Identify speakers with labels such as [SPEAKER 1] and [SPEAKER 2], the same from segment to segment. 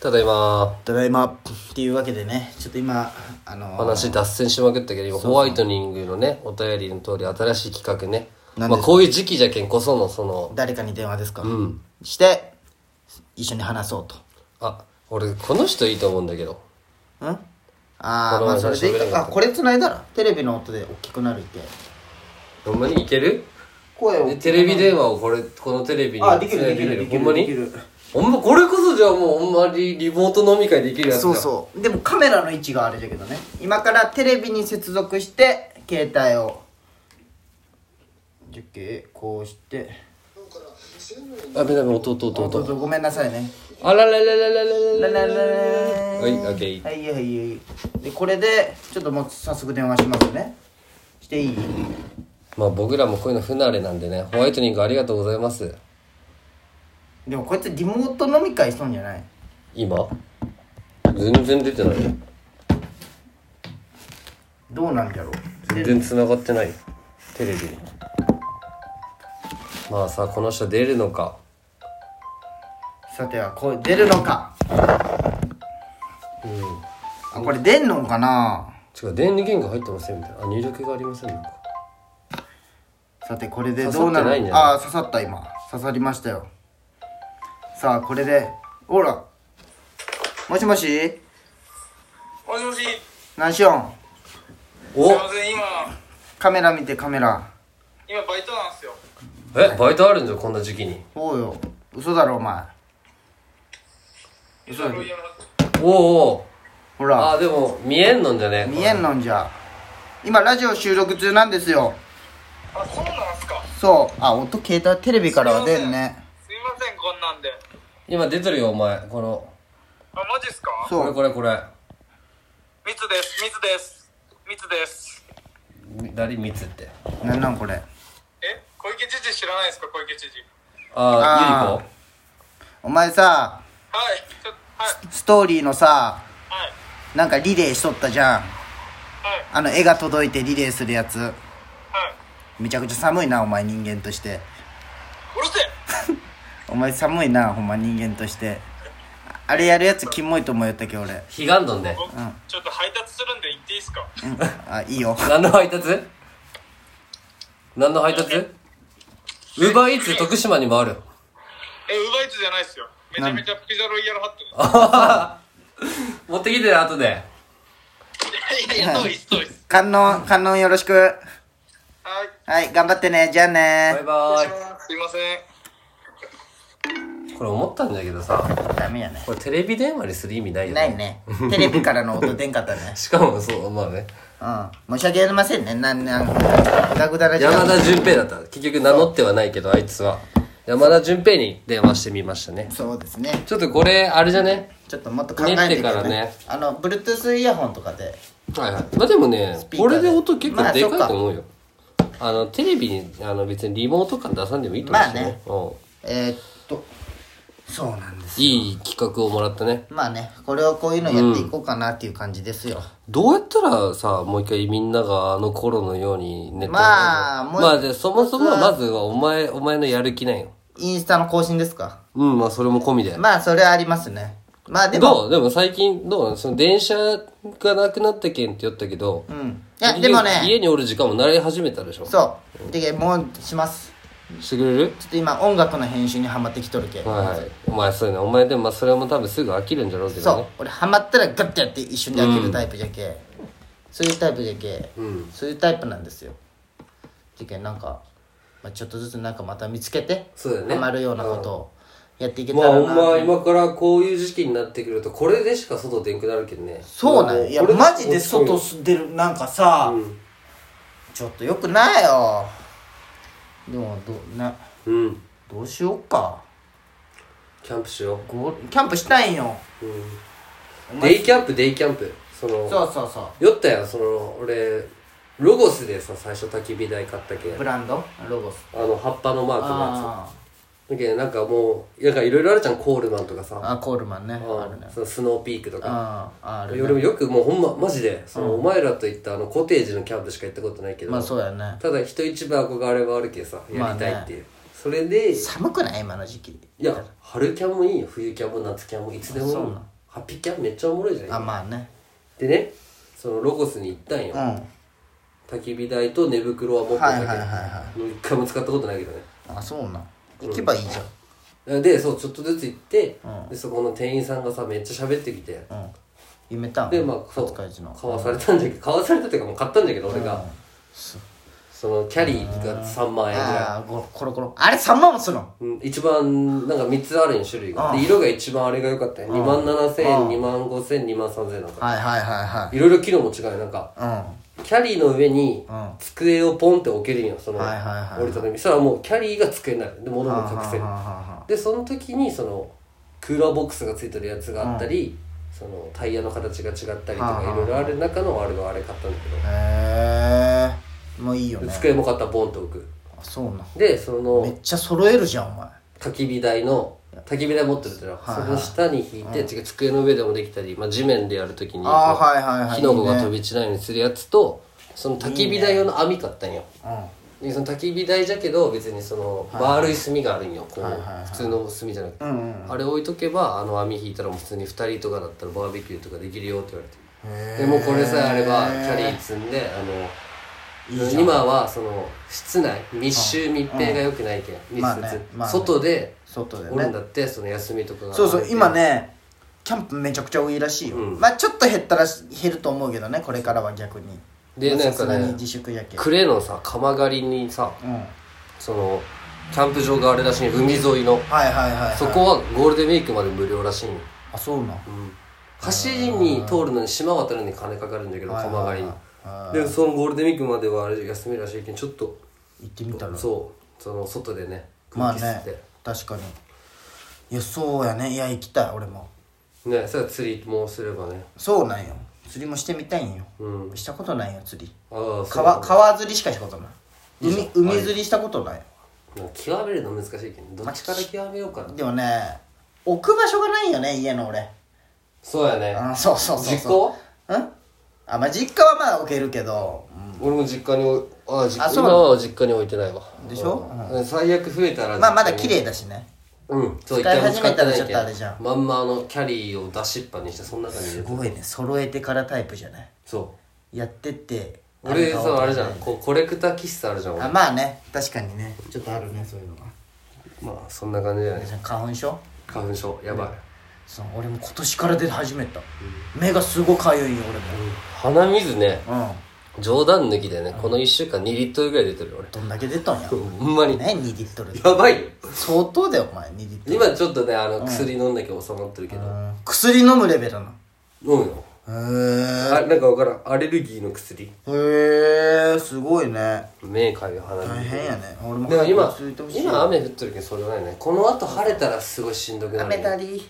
[SPEAKER 1] ただいま
[SPEAKER 2] ただいまっていうわけでねちょっと今あのー
[SPEAKER 1] 話脱線しまくったけど今ホワイトニングのねお便りの通り新しい企画ね
[SPEAKER 2] 何
[SPEAKER 1] まあこういう時期じゃけんこそのその
[SPEAKER 2] 誰かに電話ですか、
[SPEAKER 1] うん
[SPEAKER 2] して一緒に話そうと
[SPEAKER 1] あ俺この人いいと思うんだけど
[SPEAKER 2] んああ
[SPEAKER 1] この
[SPEAKER 2] ま
[SPEAKER 1] 前
[SPEAKER 2] あそれでいい
[SPEAKER 1] 喋れなか
[SPEAKER 2] かあ
[SPEAKER 1] った
[SPEAKER 2] これ繋いだらテレビの音で大きくなるって
[SPEAKER 1] ほんまにいける
[SPEAKER 2] 声を
[SPEAKER 1] でテレビ電話をこれこのテレビに
[SPEAKER 2] あできるできるで
[SPEAKER 1] ほ
[SPEAKER 2] きる
[SPEAKER 1] んま
[SPEAKER 2] で
[SPEAKER 1] に
[SPEAKER 2] きる
[SPEAKER 1] ほんまこれこそじゃあもうほんまにリモート飲み会できるやつ
[SPEAKER 2] そうそうでもカメラの位置があれだけどね今からテレビに接続して携帯を受けこうして
[SPEAKER 1] うあべだべ音音音
[SPEAKER 2] どう
[SPEAKER 1] 音
[SPEAKER 2] ぞごめんなさいね
[SPEAKER 1] あららららららら
[SPEAKER 2] ララララ
[SPEAKER 1] はいオッケー
[SPEAKER 2] はいはいはいでこれでちょっともう早速電話しますねしていい
[SPEAKER 1] まあ僕らもこういうの不慣れなんでねホワイトニングありがとうございます
[SPEAKER 2] でもこいつリモート飲み会しとんじゃない
[SPEAKER 1] 今全然出てないよ
[SPEAKER 2] どうなんだろう
[SPEAKER 1] 全然繋がってないよテレビにまあさこの人出るのか
[SPEAKER 2] さてはこれ出るのかあこれ出んのかな
[SPEAKER 1] 違う電力源が入ってませんみたいなあ入力がありませんなんか
[SPEAKER 2] さてこれでどう
[SPEAKER 1] 刺
[SPEAKER 2] な
[SPEAKER 1] さってないん
[SPEAKER 2] る
[SPEAKER 1] じゃない
[SPEAKER 2] ああー刺さった今刺さりましたよさあこれでほらもしもし
[SPEAKER 3] もしもし、すい
[SPEAKER 2] 何しよん
[SPEAKER 1] お
[SPEAKER 3] ません、今、
[SPEAKER 2] カメラ見てカメラ
[SPEAKER 3] 今バイトなんですよ。
[SPEAKER 1] えバイトあるんじゃんこんな時期に
[SPEAKER 2] おうよ嘘だろお前嘘だろ
[SPEAKER 3] ロイヤル
[SPEAKER 1] おおお
[SPEAKER 2] ほら
[SPEAKER 1] あでも見えんのんじゃね
[SPEAKER 2] 見えんのんじゃ今ラジオ収録中なんですよ
[SPEAKER 3] あ、そうなんすか。
[SPEAKER 2] そうあ音携帯テレビからは出んね
[SPEAKER 3] すいません、こんなんで。
[SPEAKER 1] 今出てるよお前この
[SPEAKER 3] あ、マジっすか
[SPEAKER 1] こ
[SPEAKER 2] そう
[SPEAKER 1] れこれこれ
[SPEAKER 3] 密です、密です。密です。
[SPEAKER 1] み誰みつって
[SPEAKER 2] なんなんこれ
[SPEAKER 3] え小池知事知らないですか、小池知事。
[SPEAKER 1] あ
[SPEAKER 2] あーお前さ
[SPEAKER 3] はい、ちょはい、
[SPEAKER 2] ストーリーのさ
[SPEAKER 3] はい、
[SPEAKER 2] なんかリレーしとったじゃん
[SPEAKER 3] はい、
[SPEAKER 2] あの絵が届いてリレーするやつ
[SPEAKER 3] はい。
[SPEAKER 2] めちゃくちゃ寒いなお前人間として
[SPEAKER 3] うるせえ
[SPEAKER 2] お前寒いなほんま人間としてああれやるやつキモいと思うよったけ俺
[SPEAKER 1] ユリコ彼岸丼で
[SPEAKER 3] 僕、ちょっと配達するんで行っていいっすか
[SPEAKER 2] うんあいいよ
[SPEAKER 1] 何の配達何の配達ウーバーイーツ徳島にもある
[SPEAKER 3] え、ウーバーイーツじゃないっすよ。めちゃめちゃピザロイヤルハットで。
[SPEAKER 1] 持ってきてね後です
[SPEAKER 3] いやいや、そうです、そうです。
[SPEAKER 2] 観音観音よろしく
[SPEAKER 3] はい。
[SPEAKER 2] はい頑張ってねじゃあね
[SPEAKER 1] バイバーイ
[SPEAKER 3] すいません。
[SPEAKER 1] これ思ったんだけどさ
[SPEAKER 2] ダメやね
[SPEAKER 1] これテレビ電話にする意味ないよね
[SPEAKER 2] ないねテレビからの音出んかった ね
[SPEAKER 1] しかもそうまあね
[SPEAKER 2] うん申し訳ありませんねなんなんグダグダな時間
[SPEAKER 1] 山田純平だった結局名乗ってはないけどあいつは山田純平に電話してみましたね
[SPEAKER 2] そうですね
[SPEAKER 1] ちょっとこれあれじゃね
[SPEAKER 2] ちょっともっと考えてい
[SPEAKER 1] 練って
[SPEAKER 2] く
[SPEAKER 1] から
[SPEAKER 2] ね
[SPEAKER 1] ね
[SPEAKER 2] あの Bluetooth イヤホンとかで
[SPEAKER 1] はいはいまあでもね
[SPEAKER 2] ピー
[SPEAKER 1] こ
[SPEAKER 2] カーで
[SPEAKER 1] れで音結構でか
[SPEAKER 2] まあ
[SPEAKER 1] いと思うよ、あ、のテレビにあの別にリモート感出さんでもいいと思うしね,、
[SPEAKER 2] えー、っとそうなんです
[SPEAKER 1] うん、いい企画をもらったね
[SPEAKER 2] まあねこれをこういうのやっていこうかなっていう感じですよ、
[SPEAKER 1] どうやったらさもう一回みんながあの頃のようにネタを
[SPEAKER 2] まあもう
[SPEAKER 1] まあでそもそもはまずはお前お前のやる気なんよ
[SPEAKER 2] インスタの更新ですか
[SPEAKER 1] うんまあそれも込みで
[SPEAKER 2] まあそれはありますねまあでも
[SPEAKER 1] どうでも最近どうその電車がなくなったけんって言ったけど、
[SPEAKER 2] うんいやでも
[SPEAKER 1] 家家
[SPEAKER 2] ね
[SPEAKER 1] におる時間も慣れ始めたでしょ
[SPEAKER 2] そうでもうします
[SPEAKER 1] してくれる
[SPEAKER 2] ちょっと今音楽の編集にハマってきとるけ、
[SPEAKER 1] はいはいお前そうやねお前でもまあそれも多分すぐ飽きるんじゃろうけ
[SPEAKER 2] そ
[SPEAKER 1] ど
[SPEAKER 2] う
[SPEAKER 1] ね
[SPEAKER 2] 俺ハマったらガッてやって一緒に開けるタイプじゃけ、そういうタイプじゃけ、
[SPEAKER 1] うん
[SPEAKER 2] そういうタイプなんですよじゃけなんか、まあ、ちょっとずつなんかまた見つけて
[SPEAKER 1] そうだよね
[SPEAKER 2] ハマるようなことをやっていけた
[SPEAKER 1] まあ
[SPEAKER 2] らな、
[SPEAKER 1] ほんま今からこういう時期になってくるとこれでしか外出んくなるけどね
[SPEAKER 2] そうなんよいや
[SPEAKER 1] これ
[SPEAKER 2] マジで外出るなんかさ、
[SPEAKER 1] うん
[SPEAKER 2] ちょっとよくないよでもどな
[SPEAKER 1] うん
[SPEAKER 2] どうしようか
[SPEAKER 1] キャンプしよ
[SPEAKER 2] ゴーキャンプしたいんよ
[SPEAKER 1] う、うん、デイキャンプデイキャンプその
[SPEAKER 2] そうそうそ
[SPEAKER 1] 酔ったやんその俺ロゴスでさ最初焚き火台買ったけん
[SPEAKER 2] うブランドロゴス
[SPEAKER 1] あの葉っぱのマークのやつ
[SPEAKER 2] あ
[SPEAKER 1] だけどなんかもうなんかいろいろあるじゃんコールマンとかさ
[SPEAKER 2] ーあコールマンね
[SPEAKER 1] うん
[SPEAKER 2] あるね
[SPEAKER 1] そのスノーピークとか
[SPEAKER 2] ああある
[SPEAKER 1] 俺
[SPEAKER 2] ね
[SPEAKER 1] もよくもうほんまマジでそのお前らと行ったあのコテージのキャンプしか行ったことないけど、
[SPEAKER 2] まあそうやね
[SPEAKER 1] ただ人一倍憧れはあるけどさやりたいっていう、それでい
[SPEAKER 2] 寒くない今の時期
[SPEAKER 1] や春キャンもいいよ冬キャンも夏キャンもいつでもいい
[SPEAKER 2] そう
[SPEAKER 1] よ
[SPEAKER 2] なん
[SPEAKER 1] ハピキャンめっちゃおもろいじゃ
[SPEAKER 2] あ
[SPEAKER 1] ん
[SPEAKER 2] まあね
[SPEAKER 1] でねそのロゴスに行ったんよ、
[SPEAKER 2] うん
[SPEAKER 1] 焚き火台と寝袋は持ってたけど、
[SPEAKER 2] はいはいはいは
[SPEAKER 1] もう一回も使ったことないけどね
[SPEAKER 2] あそうなん行けばいいじゃん
[SPEAKER 1] でそうちょっとずつ行って、
[SPEAKER 2] うん
[SPEAKER 1] でそこの店員さんがさめっちゃ喋ってきて、
[SPEAKER 2] うん夢めたん
[SPEAKER 1] でまあそう
[SPEAKER 2] 二日市の
[SPEAKER 1] 買わされたんだけど買わされたっていうかもう買ったんだけど俺が、そのキャリーが3万円ぐらい
[SPEAKER 2] ああごコロコロあれ3万もするの
[SPEAKER 1] うん一番なんか3つあるんよ種類が
[SPEAKER 2] うん
[SPEAKER 1] で色が一番あれが良かったよ2万7000
[SPEAKER 2] うん
[SPEAKER 1] 2万5000 2万3000なんか
[SPEAKER 2] はいはいはいはい
[SPEAKER 1] ろいろ機能も違うよなんか
[SPEAKER 2] いうん
[SPEAKER 1] キャリーの上に
[SPEAKER 2] うん
[SPEAKER 1] 机をポンって置けるんよその
[SPEAKER 2] はいはいはい
[SPEAKER 1] 折りたたみしたらもうキャリーが机になるで物も
[SPEAKER 2] はあはあ
[SPEAKER 1] 隠せる
[SPEAKER 2] はあはあ
[SPEAKER 1] でその時にそのクーラーボックスがついてるやつがあったり、そのタイヤの形が違ったりと
[SPEAKER 2] はあは
[SPEAKER 1] か
[SPEAKER 2] あ
[SPEAKER 1] いろいろある中のあれのあれ買ったんだけど、
[SPEAKER 2] へえもういいよね
[SPEAKER 1] 机も買ったボンと置く
[SPEAKER 2] あそうなん
[SPEAKER 1] でそ
[SPEAKER 2] め
[SPEAKER 1] の
[SPEAKER 2] っちゃ揃えるじゃんお前
[SPEAKER 1] 焚き火台の焚き火台持ってるってのは、
[SPEAKER 2] はいはい
[SPEAKER 1] その下に引いて、違う机の上でもできたり、まあ、地面でやる時に
[SPEAKER 2] あーはいはいはい
[SPEAKER 1] 火の粉が
[SPEAKER 2] いいね
[SPEAKER 1] 飛び散らないようにするやつとその焚き火台用の網買ったんよ
[SPEAKER 2] うんは
[SPEAKER 1] でその焚き火台じゃけど別にその丸い炭があるんよ、こう、
[SPEAKER 2] はいはいはい
[SPEAKER 1] 普通の炭じゃなくて、
[SPEAKER 2] うんうん
[SPEAKER 1] あれ置いとけばあの網引いたらもう普通に2人とかだったらバーベキューとかできるよって言われてでもうこれさえあればキャリー積んであの今はその室内密集密閉が良くないけん、密接、
[SPEAKER 2] まあねまあね
[SPEAKER 1] 外で
[SPEAKER 2] 外で
[SPEAKER 1] おるんだ
[SPEAKER 2] ね
[SPEAKER 1] ってその休みとかが
[SPEAKER 2] そうそう今
[SPEAKER 1] ね
[SPEAKER 2] ねキャンプめちゃくちゃ多いらしいよ、
[SPEAKER 1] うん
[SPEAKER 2] まあちょっと減ったらし減ると思うけどねこれからは逆に
[SPEAKER 1] で
[SPEAKER 2] まあ
[SPEAKER 1] なん
[SPEAKER 2] さ
[SPEAKER 1] か
[SPEAKER 2] す
[SPEAKER 1] ね
[SPEAKER 2] がに自粛やけど
[SPEAKER 1] クレのさ釜狩りにさ
[SPEAKER 2] うんはい
[SPEAKER 1] そのキャンプ場があれらしい海沿いの
[SPEAKER 2] はいはい、はい、
[SPEAKER 1] そこはゴールデンウィークまで無料らしいんよ
[SPEAKER 2] あそうなん
[SPEAKER 1] 橋に通るのに島渡るのに金かかるんだけど
[SPEAKER 2] はいはい
[SPEAKER 1] 鎌狩りに
[SPEAKER 2] は
[SPEAKER 1] でそのゴールデンウィークまではあれ休みらしいけどちょっと
[SPEAKER 2] 行ってみたら
[SPEAKER 1] そうその外でね
[SPEAKER 2] ま
[SPEAKER 1] 空
[SPEAKER 2] あ
[SPEAKER 1] 気吸っ
[SPEAKER 2] ね
[SPEAKER 1] て、
[SPEAKER 2] 確かにいやそうやねいや行きたい俺も
[SPEAKER 1] ねそれは釣りもすればね
[SPEAKER 2] そうなんよ釣りもしてみたいんよ、
[SPEAKER 1] うん
[SPEAKER 2] したことないよ釣り
[SPEAKER 1] ああそう
[SPEAKER 2] 川川釣りしかしたことない
[SPEAKER 1] いいじゃん
[SPEAKER 2] 海海釣りしたことない、
[SPEAKER 1] なんか極めるの難しいけどどっちから極めようかな
[SPEAKER 2] でもね置く場所がないよね家の俺
[SPEAKER 1] そうやね
[SPEAKER 2] あそうそうそうそう実家んあまあ実家はまあ置けるけど、
[SPEAKER 1] 俺も実家に置いああ実
[SPEAKER 2] あ
[SPEAKER 1] 家
[SPEAKER 2] そう
[SPEAKER 1] 今
[SPEAKER 2] なの
[SPEAKER 1] は実家に置いてないわ
[SPEAKER 2] でしょ
[SPEAKER 1] うん最悪増えたら
[SPEAKER 2] まあまだ綺
[SPEAKER 1] 麗
[SPEAKER 2] 麗だしね
[SPEAKER 1] うんそう一
[SPEAKER 2] 使い
[SPEAKER 1] 回も
[SPEAKER 2] 始
[SPEAKER 1] 使
[SPEAKER 2] め
[SPEAKER 1] って
[SPEAKER 2] たら
[SPEAKER 1] な
[SPEAKER 2] ちょ
[SPEAKER 1] い
[SPEAKER 2] っ
[SPEAKER 1] け
[SPEAKER 2] とあれじゃ
[SPEAKER 1] どまんまあのキャリーを出しっぱにしてその中に入れ
[SPEAKER 2] す
[SPEAKER 1] て
[SPEAKER 2] ごいね揃えてからタイプじゃない
[SPEAKER 1] そう
[SPEAKER 2] やってって
[SPEAKER 1] 俺
[SPEAKER 2] 何か
[SPEAKER 1] さ
[SPEAKER 2] を
[SPEAKER 1] あれじゃんこうコレクター気質あるじゃん俺
[SPEAKER 2] あまあね確かにねちょっとあるねそういうのが
[SPEAKER 1] まあそんな感じだよね
[SPEAKER 2] じゃあ花粉症
[SPEAKER 1] 花粉症やばい、
[SPEAKER 2] そう俺も今年から出始めた、目がすごいかゆいよ
[SPEAKER 1] 鼻水ね
[SPEAKER 2] 俺もうん
[SPEAKER 1] 冗談抜きでねこの1週間2リットルぐらい出てる俺
[SPEAKER 2] どんだけ出たんや
[SPEAKER 1] ほんまに
[SPEAKER 2] ね2リットル
[SPEAKER 1] やばいよ
[SPEAKER 2] 相当だよお前2リットル
[SPEAKER 1] 今ちょっとねあの薬飲んだけど収まってるけど、
[SPEAKER 2] うん薬飲むレベルなの
[SPEAKER 1] 飲むよ
[SPEAKER 2] へー
[SPEAKER 1] あなんか分からんアレルギーの薬
[SPEAKER 2] へえすごいね
[SPEAKER 1] 目かゆい鼻
[SPEAKER 2] 大
[SPEAKER 1] 水
[SPEAKER 2] 変やね俺も
[SPEAKER 1] でも
[SPEAKER 2] 早
[SPEAKER 1] 今
[SPEAKER 2] く続いてほしい
[SPEAKER 1] 今雨降ってるけどそれはないねこの後晴れたらすごいしんどくな
[SPEAKER 2] 雨
[SPEAKER 1] る
[SPEAKER 2] だり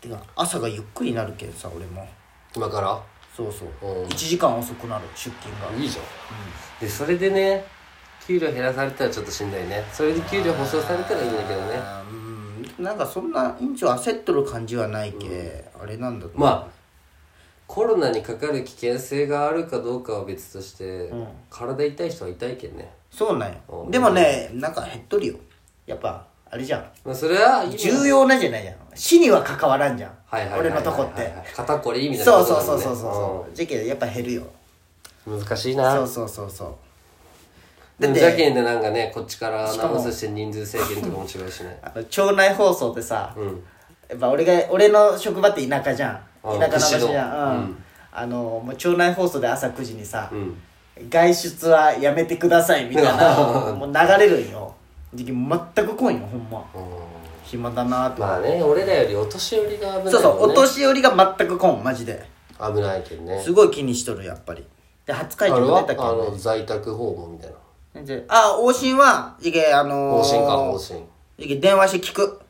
[SPEAKER 2] てか朝がゆっくりなるけどさ俺も
[SPEAKER 1] 今から
[SPEAKER 2] そうそう
[SPEAKER 1] うん
[SPEAKER 2] 1時間遅くなる出勤が
[SPEAKER 1] いいじゃん、でそれでね給料減らされたらちょっとしんどいねそれで給料保証されたらいいんだけどね
[SPEAKER 2] あーうんなんかそんな院長焦っとる感じはないけ、あれなんだと思う
[SPEAKER 1] まあコロナにかかる危険性があるかどうかは別として、体痛い人は痛いけんね、
[SPEAKER 2] そうなん
[SPEAKER 1] う
[SPEAKER 2] よ
[SPEAKER 1] ん
[SPEAKER 2] でもねなんか減っとるよやっぱあれじゃん
[SPEAKER 1] まあ、それは今
[SPEAKER 2] 重要なじゃないじゃん死には関わらんじゃん、
[SPEAKER 1] はいはいはい
[SPEAKER 2] 俺のとこって、
[SPEAKER 1] はいはい肩こりみたいな
[SPEAKER 2] そ
[SPEAKER 1] こ
[SPEAKER 2] う
[SPEAKER 1] とだ
[SPEAKER 2] そ
[SPEAKER 1] も
[SPEAKER 2] う
[SPEAKER 1] んね
[SPEAKER 2] そうそうそうじゃけどやっぱ減るよ
[SPEAKER 1] うん難しい
[SPEAKER 2] そ
[SPEAKER 1] な
[SPEAKER 2] うそうそうそう
[SPEAKER 1] で
[SPEAKER 2] だっ
[SPEAKER 1] も
[SPEAKER 2] て
[SPEAKER 1] じゃけんでなんかねこっちから
[SPEAKER 2] しかも
[SPEAKER 1] 直すして人数制限とかも違うしね
[SPEAKER 2] あの町内放送でさ、
[SPEAKER 1] うん
[SPEAKER 2] やっぱ俺が俺の職場って田舎じゃん
[SPEAKER 1] うん
[SPEAKER 2] 田舎の場所じゃん、うん
[SPEAKER 1] 後ろうん
[SPEAKER 2] あのもう町内放送で朝9時にさ、
[SPEAKER 1] うん
[SPEAKER 2] 外出はやめてくださいみたいなもう流れるんよ時期全く来んよほんま暇だなーって、
[SPEAKER 1] まあね俺らよりお年寄りが危ない、ね、
[SPEAKER 2] そうそうお年寄りが全く来んマジで
[SPEAKER 1] 危ないけんね
[SPEAKER 2] すごい気にしとるやっぱりで初会
[SPEAKER 1] あれ
[SPEAKER 2] 見
[SPEAKER 1] は
[SPEAKER 2] も出たけ
[SPEAKER 1] あ
[SPEAKER 2] ど
[SPEAKER 1] の在宅訪問みたいな
[SPEAKER 2] ねあ往診はじけあの
[SPEAKER 1] 方
[SPEAKER 2] ー、
[SPEAKER 1] 針か方針
[SPEAKER 2] じけ電話して聞く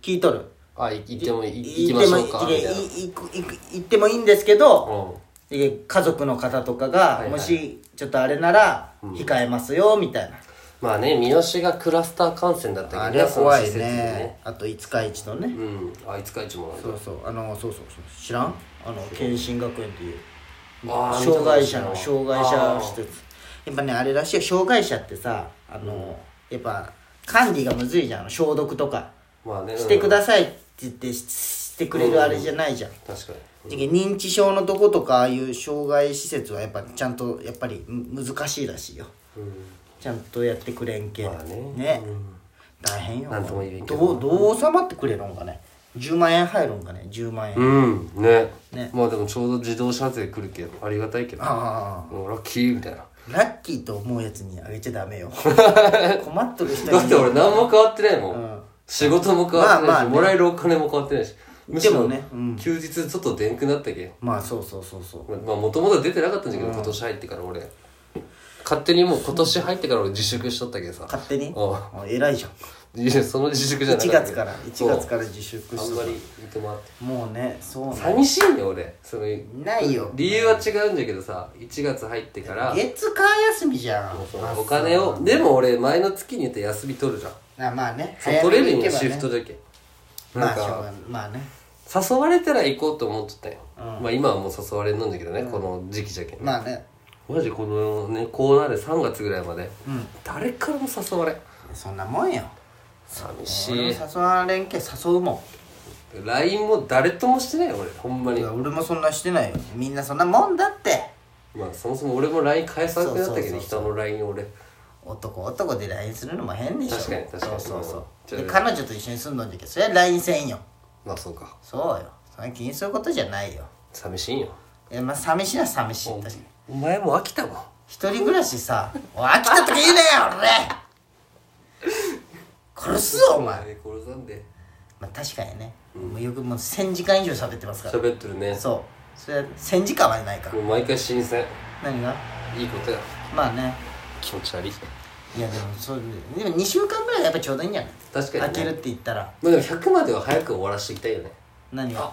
[SPEAKER 2] 聞いとる
[SPEAKER 1] あい行ってもい行き
[SPEAKER 2] 行っ
[SPEAKER 1] ま
[SPEAKER 2] て
[SPEAKER 1] し
[SPEAKER 2] も
[SPEAKER 1] ょうかみた
[SPEAKER 2] い
[SPEAKER 1] いな
[SPEAKER 2] 行く行く行ってもいいんですけど、
[SPEAKER 1] うん
[SPEAKER 2] で家族の方とか
[SPEAKER 1] いは
[SPEAKER 2] が
[SPEAKER 1] い
[SPEAKER 2] もしちょっとあれなら控えますよみたいな、
[SPEAKER 1] まあね三好がクラスター感染だったけど
[SPEAKER 2] あれは怖いね
[SPEAKER 1] その施設で
[SPEAKER 2] あと五日市のね、
[SPEAKER 1] うんあいつかいちもら
[SPEAKER 2] そうそうあのそうそうそう知らんあの健心学園っていう
[SPEAKER 1] あー
[SPEAKER 2] 障害者の
[SPEAKER 1] 見たこ
[SPEAKER 2] 障
[SPEAKER 1] とな
[SPEAKER 2] 害
[SPEAKER 1] い
[SPEAKER 2] 者施設やっぱねあれらしいよ障害者ってさあの、やっぱ管理がむずいじゃんあの消毒とか
[SPEAKER 1] まあね
[SPEAKER 2] してくだ
[SPEAKER 1] さ
[SPEAKER 2] さいって言ってししてくれるあれじゃないじゃん、
[SPEAKER 1] 確か
[SPEAKER 2] じゃけ認知症のとことかああいう障害施設はやっぱちゃんとやっぱりむ難しいらしいよ
[SPEAKER 1] に、うん、
[SPEAKER 2] ちゃんとやってくれんけん
[SPEAKER 1] まあねうん
[SPEAKER 2] 大変よ
[SPEAKER 1] なんとも言えんけど
[SPEAKER 2] どうどう収まってくれるんかね10万円入るんかね10万円、
[SPEAKER 1] うんね
[SPEAKER 2] ね
[SPEAKER 1] まあでもちょうど自動車税来るけどありがたいけど
[SPEAKER 2] あ
[SPEAKER 1] もうラッキーみたいな
[SPEAKER 2] あラッキーと思うやつにあげちゃダ メよ困っとる人に
[SPEAKER 1] だって俺何も変わってないもん、
[SPEAKER 2] うん
[SPEAKER 1] 仕事も変わってないし、
[SPEAKER 2] まあまあね
[SPEAKER 1] もらえるお金も変わってないしむし
[SPEAKER 2] で
[SPEAKER 1] ろ
[SPEAKER 2] もねうん
[SPEAKER 1] 休日ちょっとでんくなったけん
[SPEAKER 2] まあそうそうそうそう
[SPEAKER 1] まあもともと出てなかったんだけど、今年入ってから俺勝手にもう今年入ってから俺自粛しとったけどさ
[SPEAKER 2] 勝手に
[SPEAKER 1] あ
[SPEAKER 2] あ偉いじゃん
[SPEAKER 1] いや その自粛じゃな
[SPEAKER 2] 1
[SPEAKER 1] かった
[SPEAKER 2] 月から1月から自粛
[SPEAKER 1] そうあ
[SPEAKER 2] し
[SPEAKER 1] んま
[SPEAKER 2] て
[SPEAKER 1] り見てもらって
[SPEAKER 2] もうねそうね
[SPEAKER 1] 寂しいんよ俺その
[SPEAKER 2] ないよ
[SPEAKER 1] 理由は違うんだけどさ1月入ってから
[SPEAKER 2] 月火休みじゃん
[SPEAKER 1] そうそうお金をでも俺前の月に言って休み取るじゃん
[SPEAKER 2] あまあね
[SPEAKER 1] そう取れるよ、
[SPEAKER 2] 早めに行けば
[SPEAKER 1] シ
[SPEAKER 2] ね
[SPEAKER 1] フトだけ
[SPEAKER 2] ま
[SPEAKER 1] なん
[SPEAKER 2] あしょう
[SPEAKER 1] か
[SPEAKER 2] がまあね
[SPEAKER 1] 誘われたら行こうと思ってたよ、
[SPEAKER 2] うん
[SPEAKER 1] まあ今はもう誘われんのんだけどね、この時期じゃけん、
[SPEAKER 2] まあね
[SPEAKER 1] マジこのねコーナーで3月ぐらいまで、
[SPEAKER 2] うん
[SPEAKER 1] 誰からも誘われん
[SPEAKER 2] そんなもんよ
[SPEAKER 1] 寂
[SPEAKER 2] 俺
[SPEAKER 1] し
[SPEAKER 2] も
[SPEAKER 1] い
[SPEAKER 2] 誘われんけ誘うも
[SPEAKER 1] LINE も誰ともしてないよ俺ほんま
[SPEAKER 2] んい
[SPEAKER 1] に、
[SPEAKER 2] や俺もそんなしてないよみんなそんなもんだって
[SPEAKER 1] まあそもそも俺も LINE 返さなくなったけ
[SPEAKER 2] そ
[SPEAKER 1] ど
[SPEAKER 2] うそうそ
[SPEAKER 1] 人の LINE を俺
[SPEAKER 2] 男男で LINE するのも変でしょ
[SPEAKER 1] 確かに確かに
[SPEAKER 2] そうそうそう
[SPEAKER 1] うん
[SPEAKER 2] で彼女と一緒に住んどんじゃけどそれは LINE せんよ
[SPEAKER 1] まあそうか
[SPEAKER 2] そうよそんな気にすることじゃないよ
[SPEAKER 1] 寂しいんよ
[SPEAKER 2] いやまあ寂しいな寂しい確かに
[SPEAKER 1] お前もう飽きたもん
[SPEAKER 2] 一人暮らしさ「おい飽きた」とか言うなよ 俺殺すぞお前、
[SPEAKER 1] 前殺さんで
[SPEAKER 2] まあ、確かにね、もうよくもう1000時間以上喋ってますから
[SPEAKER 1] 喋ってるね
[SPEAKER 2] そうそれは1000時間はないか
[SPEAKER 1] もう毎回新鮮
[SPEAKER 2] 何が
[SPEAKER 1] いいことや
[SPEAKER 2] まあね
[SPEAKER 1] 気持ち悪い
[SPEAKER 2] いやでもそうでも2週間ぐらいがやっぱちょうどいいんじゃない
[SPEAKER 1] 確かにね
[SPEAKER 2] 開けるって言ったら
[SPEAKER 1] まあでも100までは早く終わらしていきたいよね
[SPEAKER 2] 何が